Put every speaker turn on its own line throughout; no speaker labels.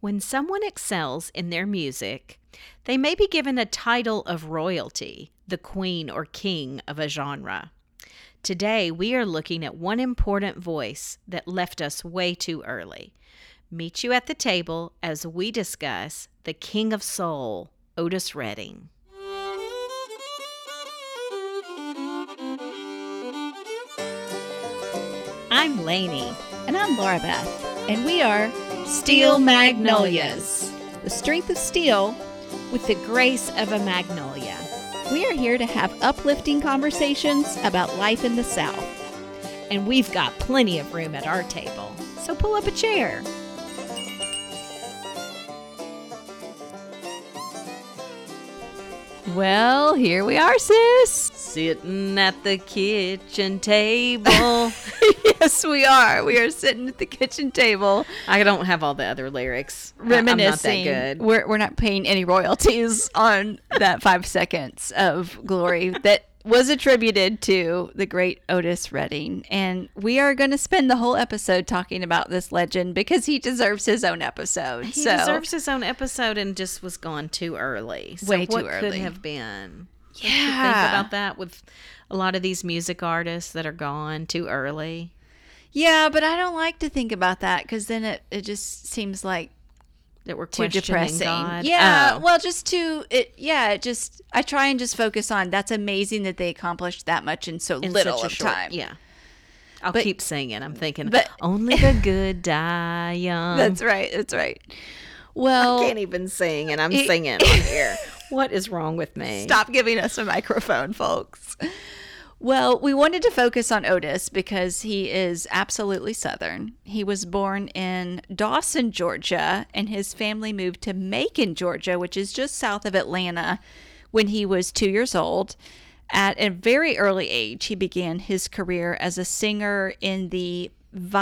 When someone excels in their music, they may be given a title of royalty, the queen or king of a genre. Today, we are looking at one important voice that left us way too early. Meet you at the table as we discuss the king of soul, Otis Redding. I'm Lainey.
And I'm Laura Beth, and we are
Steel Magnolias.
The Strength of Steel.
With the grace of a magnolia.
We are here to have uplifting conversations about life in the South.
And we've got plenty of room at our table. So pull up a chair.
Well, here we are, sis.
Sitting at the kitchen table.
yes, we are. We are sitting at the kitchen table
I don't have all the other lyrics. I-
reminiscing.
I'm not that good.
We're, we're not paying any royalties on that five seconds of glory that was attributed to the great Otis Redding. And we are going to spend the whole episode talking about this legend because he deserves his own episode.
He
so,
deserves his own episode and just was gone too early. So
Way too
what could
early. Ah.
have been? Think
yeah.
about that with a lot of these music artists that are gone too early.
Yeah, but I don't like to think about that because then it, it just seems like
That were
too
questioning
depressing.
God.
Yeah,
Oh.
well, just too it. Yeah, it just I try and just focus on that's amazing that they accomplished that much in so
in
little
such a
of
short-
time.
Yeah. I'll keep singing. I'm thinking,
but-
only the good die young.
that's right. That's right. Well,
can't even sing, and I'm
It-
singing on here. What is wrong with me?
stop giving us a microphone, folks. Well, we wanted to focus on Otis because he is absolutely Southern. He was born in Dawson, Georgia, and his family moved to Macon, Georgia, which is just south of Atlanta, when he was two years old. At a very early age, he began his career as a singer in the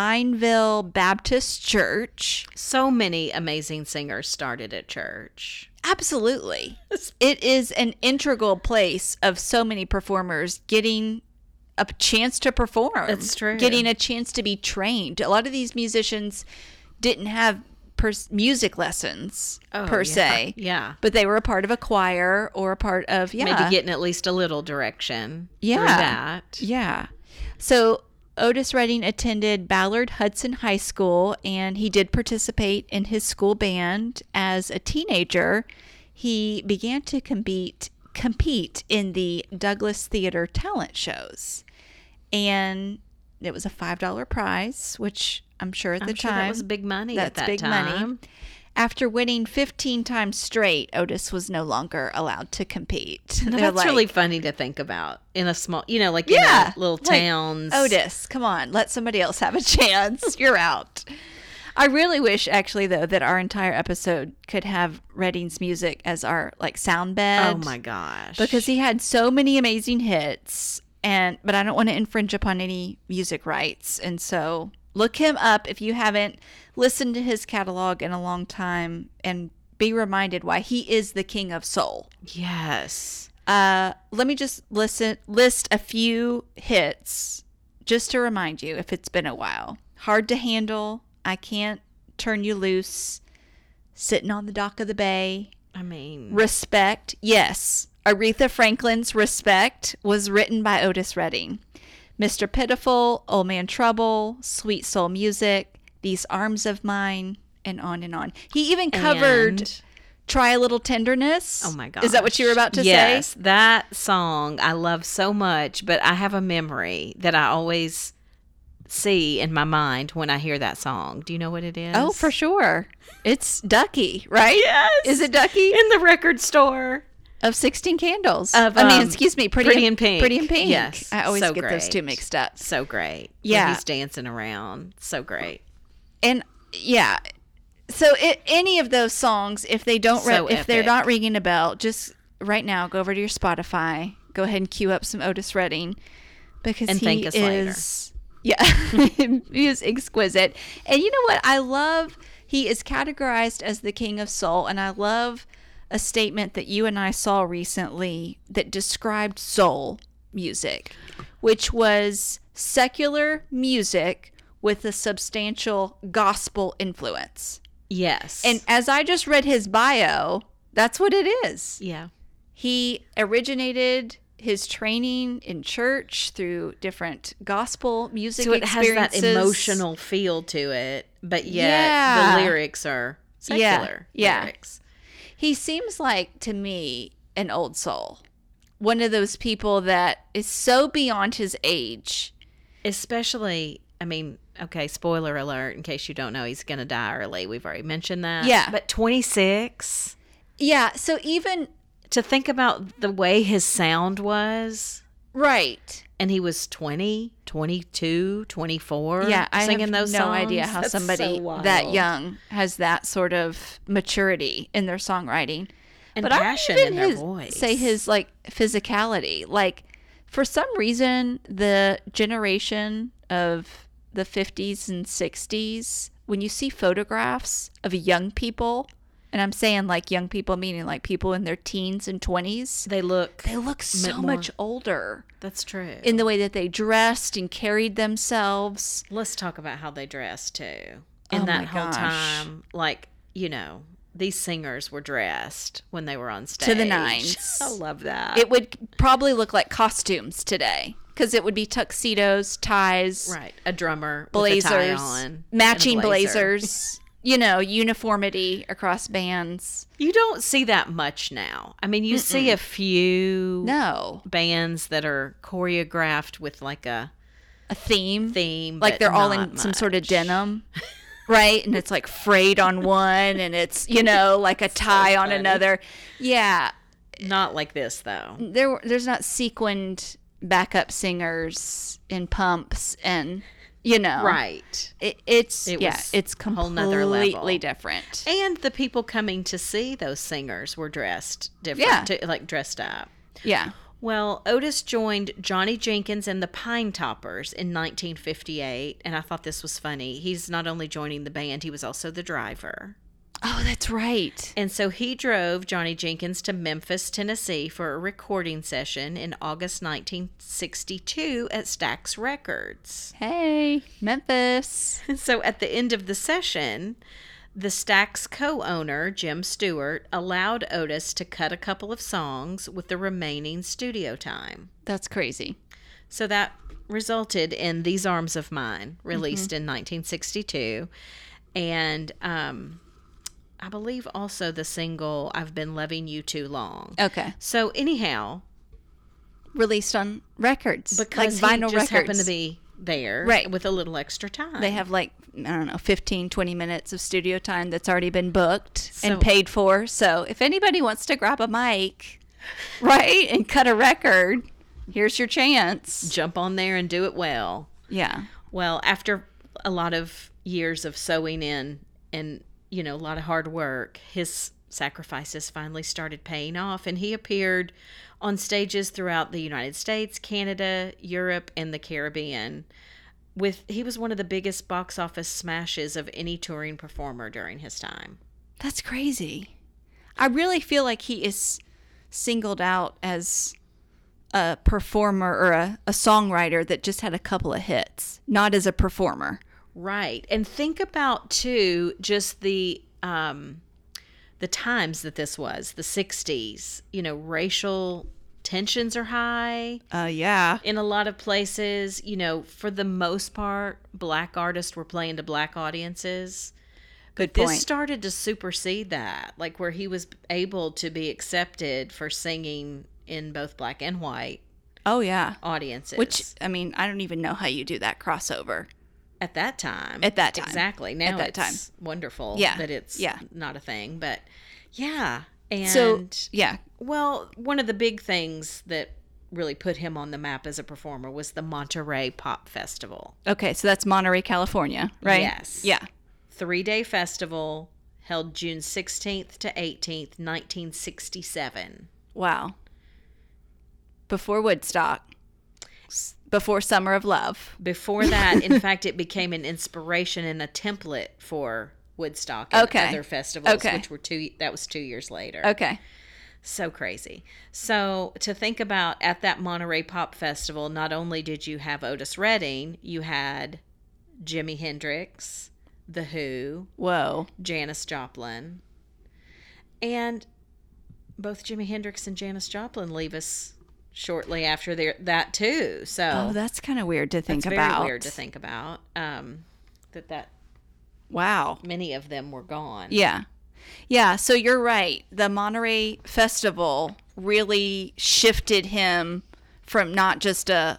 Vineville Baptist Church.
So many amazing singers started at church.
Absolutely. It is an integral place of so many performers getting a chance to perform.
That's true.
Getting a chance to be trained. A lot of these musicians didn't have pers- music lessons per
Oh, yeah.
se.
Yeah.
But they were a part of a choir or a part of yeah.
Maybe getting at least a little direction. through
Yeah.
that.
Yeah. So Otis Redding attended Ballard Hudson High School and he did participate in his school band as a teenager. He began to compete compete in the Douglas Theater talent shows. And it was a $5 prize, which I'm sure at the
I'm sure
time
that was big money at that time.
After winning 15 times straight, Otis was no longer allowed to compete.
No,
They're
that's really
like,
funny to think about in a small, you know, like
Yeah,
in a little
like,
towns.
Otis, come on, let somebody else have a chance. You're out. I really wish, actually, though, that our entire episode could have Redding's music as our like sound bed.
Oh my gosh!
Because he had so many amazing hits, and but I don't want to infringe upon any music rights, and so look him up if you haven't listened to his catalog in a long time, and be reminded why he is the king of soul.
yes,
Uh, let me just listen list a few hits just to remind you if it's been a while. Hard to handle, I can't turn you loose, sitting on the dock of the bay,
I mean,
respect. Yes, Aretha Franklin's Respect was written by Otis Redding. Mr. Pitiful, Old Man Trouble, Sweet Soul Music, These Arms of Mine, and on and on. He even covered
and-
Try a Little Tenderness.
Oh my god!
Is that what you were about to say?
Yes, that song I love so much, but I have a memory that I always see in my mind when I hear that song. Do you know what it is?
Oh, for sure. It's Ducky, right? Yes. Is it Ducky
in the record store.
of Sixteen Candles?
Of,
I mean,
um,
excuse me, Pretty,
Pretty in Pink.
Pretty in Pink.
Yes,
I always
so
get those
great.
two mixed up.
So great. When
Yeah.
he's dancing around. So great.
And yeah, so it, any of those songs, if they don't, re-
So
if they're
epic.
not ringing a bell, just right now go over to your Spotify, go ahead and queue up some Otis Redding because
And
he
thank us later.
is. Yeah, he is exquisite. And you know what? I love he is categorized as the king of soul, and I love a statement that you and I saw recently that described soul music, which was secular music with a substantial gospel influence.
Yes.
And as I just read his bio, that's what it is.
yeah.
He originated his training in church through different gospel music
So it has that
experiences.
emotional feel to it, but yet
Yeah.
the lyrics are
Yeah.
secular
Yeah.
lyrics.
He seems like to me an old soul. One of those people that is so beyond his age.
Especially, I mean, okay, spoiler alert in case you don't know, he's going to die early. We've already mentioned that.
Yeah.
But 26,
Yeah, so even
to think about the way his sound was,
right.
and he was 20, 22, 24
Yeah, I
singing
have
those
no
songs.
idea how
That's so
somebody
wild.
that young has that sort of maturity in their songwriting.
and
but
passion
I would even
in their
his-
voice.
Say his like physicality. Like for some reason, the generation of the 50s and 60s, when you see photographs of young people, and I'm saying like young people meaning like people in their teens and 20s,
They look.
they look so
more-
much older
That's true.
in the way that they dressed and carried themselves.
Let's talk about how they dressed too.
Oh
In
my
that whole
gosh.
time, like you know, these singers were dressed when they were on stage
To the nines.
I love that.
It would probably look like costumes today because it would be tuxedos, ties,
right, a drummer with a tie
blazers,
on and a
matching
blazer.
blazers. you know, uniformity across bands.
You don't see that much now. I mean, you see a few
No,
bands that are choreographed with like a
a theme,
theme,
like
but
they're all in
not
some sort of
much.
denim, right? And it's like frayed on one, and it's you know like a tie on
funny.
another. Yeah,
Not like this though.
there were- there's not sequined backup singers in pumps and you know
Right.
It, it's
It
yeah,
was
it's
a whole
completely
nother level.
different.
And the people coming to see those singers were dressed different,
Yeah.
too, like dressed up.
Yeah.
Well, Otis joined Johnny Jenkins and the Pine Toppers in 1958, and I thought this was funny. He's not only joining the band, he was also the driver.
Oh, that's right.
And so he drove Johnny Jenkins to Memphis, Tennessee for a recording session in August 1962 at Stax Records.
Hey, Memphis.
So at the end of the session, the Stax co owner, Jim Stewart, allowed Otis to cut a couple of songs with the remaining studio time.
That's crazy.
So that resulted in These Arms of Mine,
Mm-hmm.
released in 1962. And um, I believe also the single I've Been Loving You Too Long.
Okay.
So, anyhow,
Released on records.
because
like
he
vinyl
just
records.
happened to be there
Right.
with a little extra time.
they have like I don't know 15 20 minutes of studio time that's already been booked
So-
and paid for. So, if anybody wants to grab a mic, right, and cut a record, here's your chance.
jump on there and do it well.
Yeah.
Well, after a lot of years of sewing in and, you know, a lot of hard work, his sacrifices finally started paying off and he appeared on stages throughout the United States, Canada, Europe, and the Caribbean. With he was one of the biggest box office smashes of any touring performer during his time.
That's crazy. I really feel like he is singled out as a performer or a, a songwriter that just had a couple of hits, not as a performer.
Right. And think about too just the um the times that this was, the 60s, you know, racial tensions are high.
Uh, yeah.
in a lot of places, you know, for the most part, black artists were playing to black audiences.
Good
This
point.
started to supersede that, like where he was able to be accepted for singing in both black and white
oh, yeah.
audiences.
Which, I mean, I don't even know how you do that crossover.
at that time,
At that time.
exactly. Now
that
it's wonderful
Yeah.
that it's
Yeah.
not a thing, but yeah. And
so, yeah.
Well, one of the big things that really put him on the map as a performer was the Monterey Pop Festival.
Okay. So that's Monterey, California, right?
Yes.
Yeah.
three day festival held June 16th to 18th, 1967.
Wow. Before Woodstock, S- before Summer of Love.
Before that, in fact, it became an inspiration and a template for Woodstock and
Okay.
other festivals,
Okay.
which were two, that was two years later.
Okay.
So crazy. So to think about at that Monterey Pop Festival, not only did you have Otis Redding, you had Jimi Hendrix, The Who,
Whoa.
Janis Joplin. And both Jimi Hendrix and Janis Joplin leave us shortly after their, that too. So
Oh, that's kind of weird to think
it's
about.
very weird to think about um, that that
Wow.
many of them were gone.
Yeah. Yeah. So you're right. The Monterey Festival really shifted him from not just a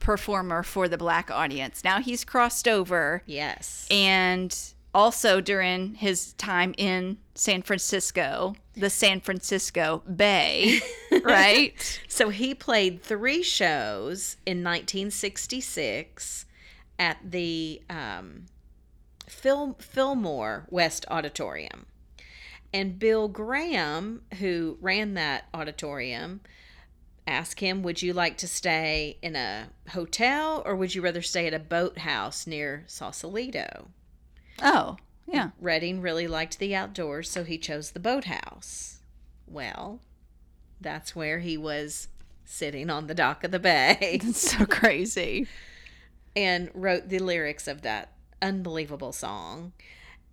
performer for the black audience. Now he's crossed over.
Yes.
And also during his time in San Francisco, the San Francisco Bay, right?
So he played three shows in 1966 at the um, Fil- Fillmore West Auditorium. And Bill Graham, who ran that auditorium, asked him, Would you like to stay in a hotel or would you rather stay at a boathouse near Sausalito?
Oh, yeah.
Redding really liked the outdoors, so he chose the boathouse. Well, that's where he was sitting on the dock of the bay
It's so crazy.
and wrote the lyrics of that unbelievable song.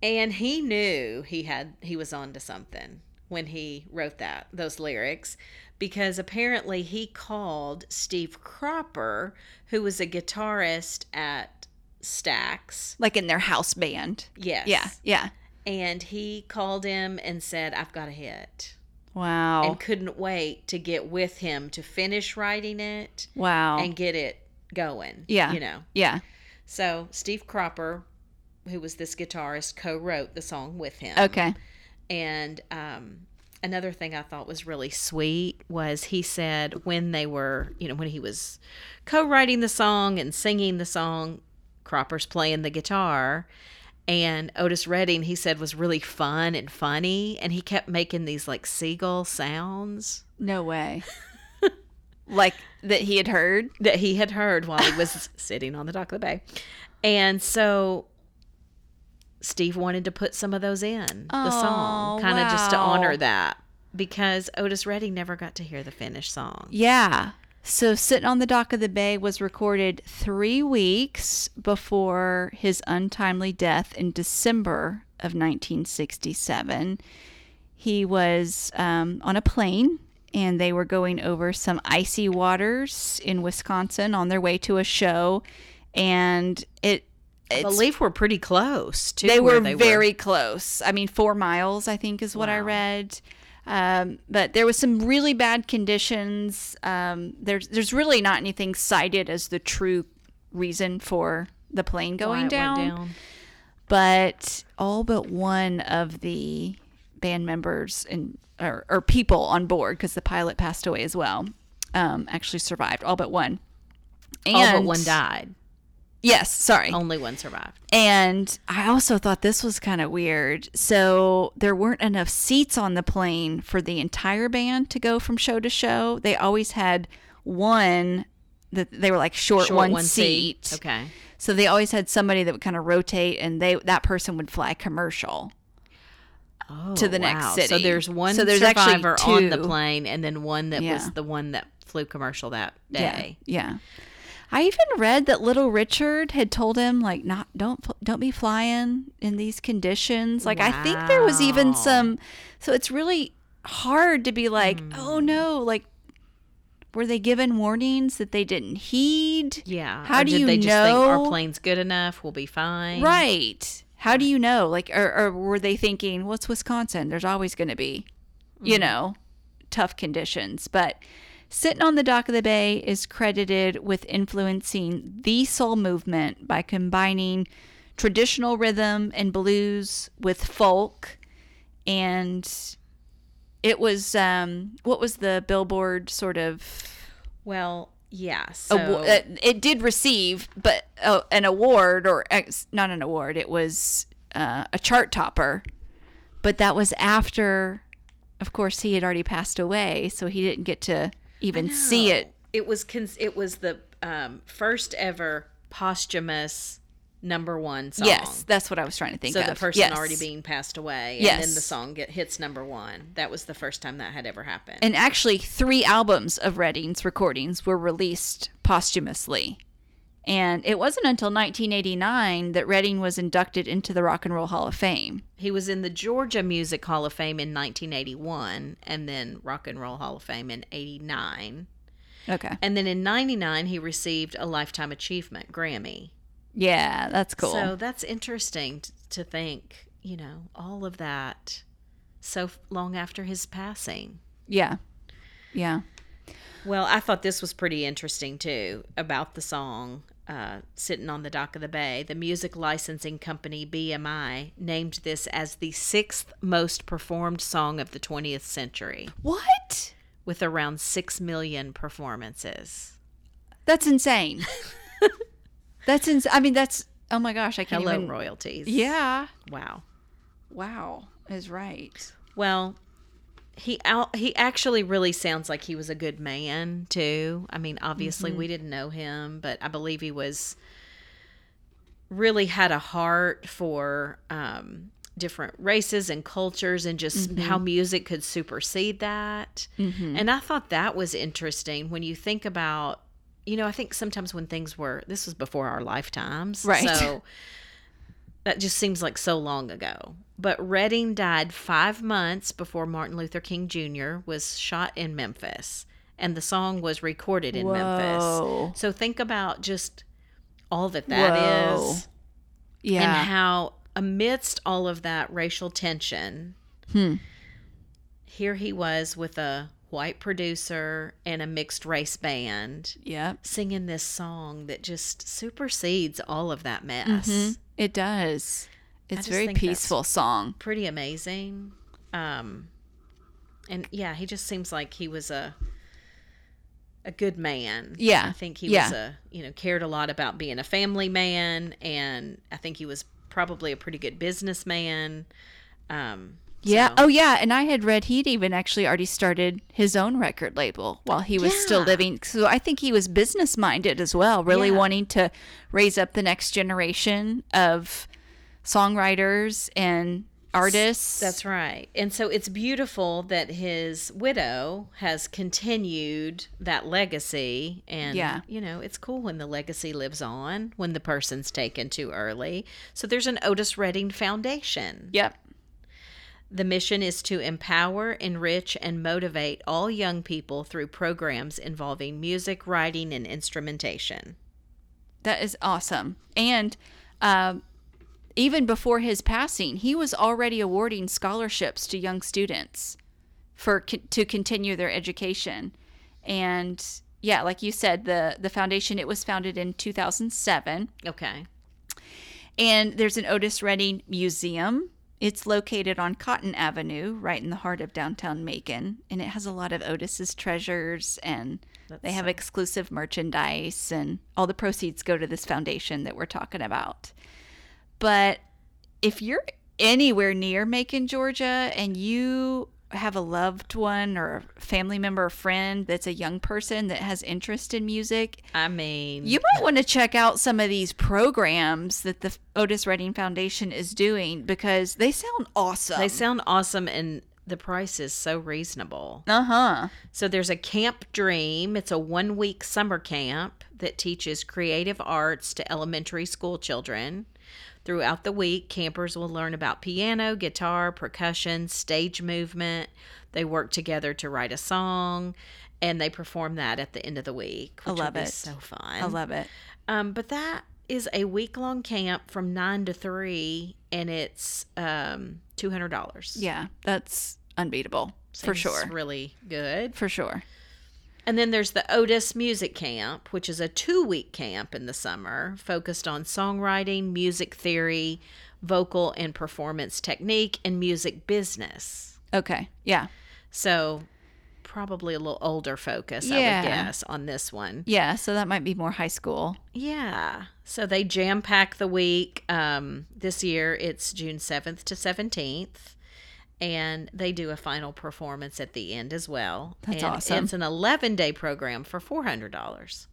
And he knew he had he was onto something when he wrote that those lyrics because apparently he called Steve Cropper, who was a guitarist at Stax.
Like in their house band.
Yes.
Yeah. Yeah.
And he called him and said, I've got a hit.
Wow.
And couldn't wait to get with him to finish writing it
wow.
and get it going.
Yeah.
You know.
yeah.
So Steve Cropper, who was this guitarist, co wrote the song with him.
Okay.
And um, another thing I thought was really sweet was he said when they were, you know, when he was co writing the song and singing the song, Cropper's playing the guitar. And Otis Redding, he said, was really fun and funny. And he kept making these like seagull sounds
No way. like that he had heard.
that he had heard while he was sitting on the dock of the bay. And so Steve wanted to put some of those in the song,
Oh,
kind of just to honor
wow.
that because Otis Redding never got to hear the finished song.
Yeah. So sitting on the dock of the bay was recorded three weeks before his untimely death in December of 1967. He was um, on a plane and they were going over some icy waters in Wisconsin on their way to a show, and it.
I
It's
believe we're pretty close to
they
where
were very close. I mean, four miles, I think, is what I
Wow.
read. Um, but there was some really bad conditions. Um, there's there's really not anything cited as the true reason for the plane
Why it
going
went
down, But all but one of the band members and or, or people on board, because the pilot passed away as well, um, actually survived. All but one. And,
All Oh, but one died.
Yes, sorry.
Only one survived.
And I also thought this was kind of weird. So there weren't enough seats on the plane for the entire band to go from show to show. They always had one that they were like short,
Short
one,
one
seat.
seat. Okay.
So they always had somebody that would kind of rotate and they that person would fly commercial.
Oh,
To the next
wow. So
city.
there's one
So there's actually
survivor on the
two.
plane and then one that
Yeah.
was the one that flew commercial that day.
Yeah. Yeah. I even read that little Richard had told him like not don't fl- don't be flying in these conditions. Like I think there was even
Wow.
some so it's really hard to be like, "Oh
Hmm.
no, like were they given warnings that they didn't heed?"
Yeah.
How
Or
do
did
you
they just think
know?
our plane's good enough? We'll be fine.
Right. How do you know? Like or, or were they thinking, "What's Wisconsin? There's always going to be, you know, tough conditions." But Sitting on the Dock of the Bay is credited with influencing the soul movement by combining traditional rhythm and blues with folk. And it was, um, what was the Billboard sort of?
Well, yeah. So
awa- uh, it did receive, but uh, an award or ex- not an award. It was uh, a chart topper, but that was after, of course, he had already passed away, so he didn't get to even see
No.
it.
It was cons- it was the um, first ever posthumous number one song.
Yes, that's what I was trying to think
So
of.
the person
Yes.
already being passed away, and then
Yes.
the song get, hits number one. That was the first time that had ever happened.
and actually three albums of Redding's recordings were released posthumously And it wasn't until 1989 that Redding was inducted into the Rock and Roll Hall of Fame.
He was in the Georgia Music Hall of Fame in 1981 and then Rock and Roll Hall of Fame in 89.
Okay.
And then in 99, he received a Lifetime Achievement Grammy.
Yeah, that's cool.
So that's interesting t- to think, you know, all of that so f- long after his passing.
yeah. Yeah.
Well, I thought this was pretty interesting too about the song uh, Sitting on the Dock of the Bay. The music licensing company BMI named this as the sixth most performed song of the 20th century
What?
with around 6 million performances.
That's insane. that's ins I mean, that's, oh my gosh, I can't
Hello,
even.
royalties.
Yeah.
Wow.
Wow. Is right.
Well, he out, he actually really sounds like he was a good man too. I mean, obviously we didn't know him, but I believe he was really had a heart for um, different races and cultures and just how music could supersede that.
Mm-hmm.
And I thought that was interesting when you think about you know, I think sometimes when things were this was before our lifetimes.
Right.
So that just seems like so long ago. But Redding died five months before Martin Luther King Jr. was shot in Memphis, and the song was recorded in
Whoa.
Memphis. So think about just all that that is,
Whoa. Yeah.
and how amidst all of that racial tension,
Hmm.
here he was with a white producer and a mixed race band
yep.
singing this song that just supersedes all of that mess.
It does. It's
just
very
think that's-
peaceful song.
pretty amazing. Um, and yeah, he just seems like he was a a good man.
Yeah.
I think he
Yeah.
was a you know cared a lot about being a family man, and I think he was probably a pretty good businessman. Um,
Yeah.
so-
Oh, yeah. And I had read he'd even actually already started his own record label while he was still
Yeah.
living. So I think he was business minded as well, really
Yeah.
wanting to raise up the next generation of songwriters and artists.
That's right. And so it's beautiful that his widow has continued that legacy. And,
Yeah.
you know, it's cool when the legacy lives on, when the person's taken too early. So there's an Otis Redding Foundation.
Yep.
The mission is to empower, enrich, and motivate all young people through programs involving music, writing, and instrumentation.
That is awesome. And um, even before his passing, he was already awarding scholarships to young students for con- to continue their education. And yeah, like you said, the the foundation it was founded in 2007,
Okay.
and there's an Otis Redding Museum. It's located on Cotton Avenue, right in the heart of downtown Macon, and it has a lot of Otis's treasures and
That's
they have exclusive merchandise and all the proceeds go to this foundation that we're talking about. But if you're anywhere near Macon, Georgia and you have a loved one or a family member or friend that's a young person that has interest in music,
I mean,
you might want to check out some of these programs that the Otis Redding Foundation is doing because they sound awesome.
they sound awesome and the price is so reasonable.
uh huh.
So there's a Camp Dream. It's a one week summer camp that teaches creative arts to elementary school children. Throughout the week, campers will learn about piano, guitar, percussion, stage movement. They work together to write a song and they perform that at the end of the week. Which
love
will be
it.
So fun.
I love it.
Um, but that is a week long camp from nine to three and it's um, $200.
Yeah, that's unbeatable for
Seems
sure.
Really good.
For sure.
And then there's the Otis Music Camp, which is a two week camp in the summer focused on songwriting, music theory, vocal and performance technique, and music business.
Okay. Yeah.
So, probably a little older focus, I
Yeah.
would guess, on this one.
Yeah. So that might be more high school.
Yeah. So, they jam pack the week. Um, this year, it's June 7th to 17th. And they do a final performance at the end as well.
That's
and
awesome.
It's an 11 day program for $400.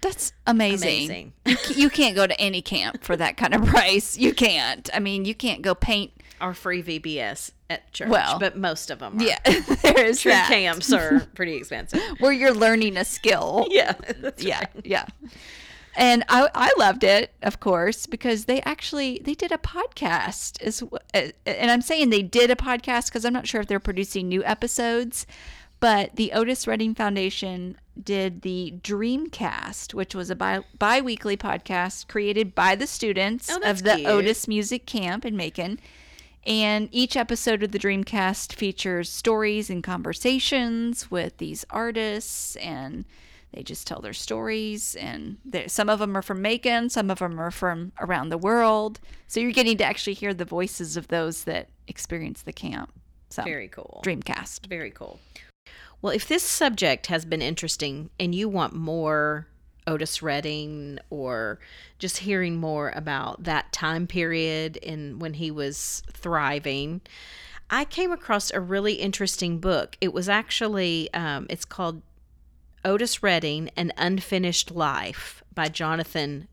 That's amazing.
Amazing.
You, ca- you can't go to any camp for that kind of price. You can't. I mean, you can't go paint.
are free VBS at church,
Well,
but most of them are.
Yeah. There's
True
that.
camps are pretty expensive.
Where you're learning a skill.
Yeah.
yeah. Yeah. and I, I loved it, of course, because they actually they did a podcast as w- uh, and I'm saying they did a podcast because I'm not sure if they're producing new episodes, but the Otis Redding Foundation did the Dreamcast, which was a bi- bi-weekly podcast created by the students
Oh, that's
of the
cute.
Otis Music Camp in Macon. And each episode of the Dreamcast features stories and conversations with these artists, and they just tell their stories. And there- some of them are from Macon, some of them are from around the world. So you're getting to actually hear the voices of those that experience the camp. So
Very cool.
Dreamcast.
Very cool. Well, if this subject has been interesting and you want more Otis Redding or just hearing more about that time period and when he was thriving, I came across a really interesting book. It was actually um, it's called Otis Redding: An Unfinished Life by Jonathan.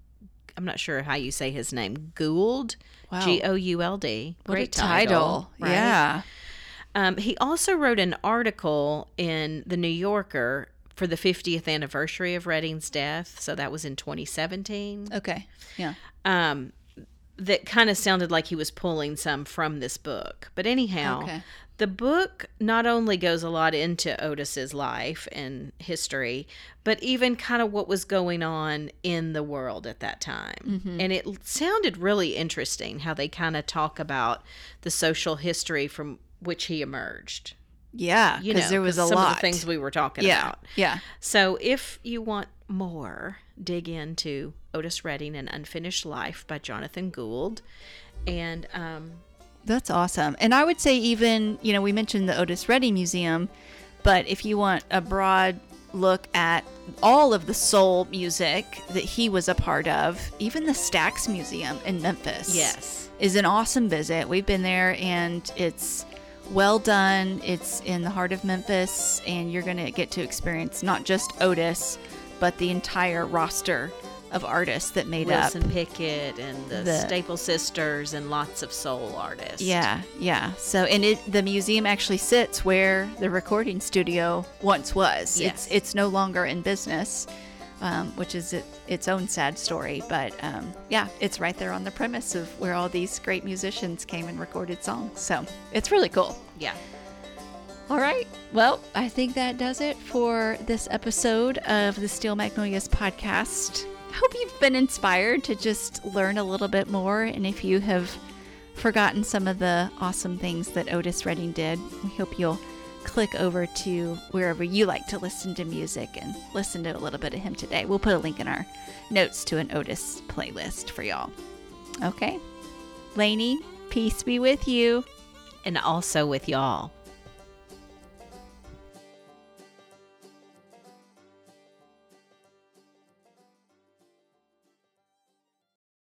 I'm not sure how you say his name. Gould,
Wow.
G O U L D.
What
Great
a title.
right?
Yeah.
Um, he also wrote an article in The New Yorker for the 50th anniversary of Redding's death. So that was in 2017.
Okay. Yeah.
Um, that kind of sounded like he was pulling some from this book. But anyhow,
Okay.
the book not only goes a lot into Otis's life and history, but even kind of what was going on in the world at that time. And it l- sounded really interesting how they kind of talk about the social history from which he emerged.
Yeah.
You know,
Because there was
'cause
a
some
lot.
of the things we were talking
yeah.
about.
Yeah.
So if you want more, dig into Otis Redding and Unfinished Life by Jonathan Gould. And um,
That's awesome. And I would say even, you know, we mentioned the Otis Redding Museum, but if you want a broad look at all of the soul music that he was a part of, even the Stax Museum in Memphis.
Yes.
Is an awesome visit. We've been there and it's well done. It's in the heart of Memphis and you're going to get to experience not just Otis, but the entire roster of artists that made up
Wilson Pickett and the,
The-
Staple Sisters and lots of soul artists.
Yeah, yeah. So, and it the museum actually sits where the recording studio once was.
Yes.
It's it's no longer in business, um, which is it, its own sad story. But um, yeah, it's right there on the premise of where all these great musicians came and recorded songs. So it's really cool.
Yeah.
All right. Well, I think that does it for this episode of the Steel Magnolias podcast. I Hope you've been inspired to just learn a little bit more. And if you have forgotten some of the awesome things that Otis Redding did, we hope you'll click over to wherever you like to listen to music and listen to a little bit of him today. We'll put a link in our notes to an Otis playlist for y'all. Okay. Lainey, peace be with you.
And also with y'all.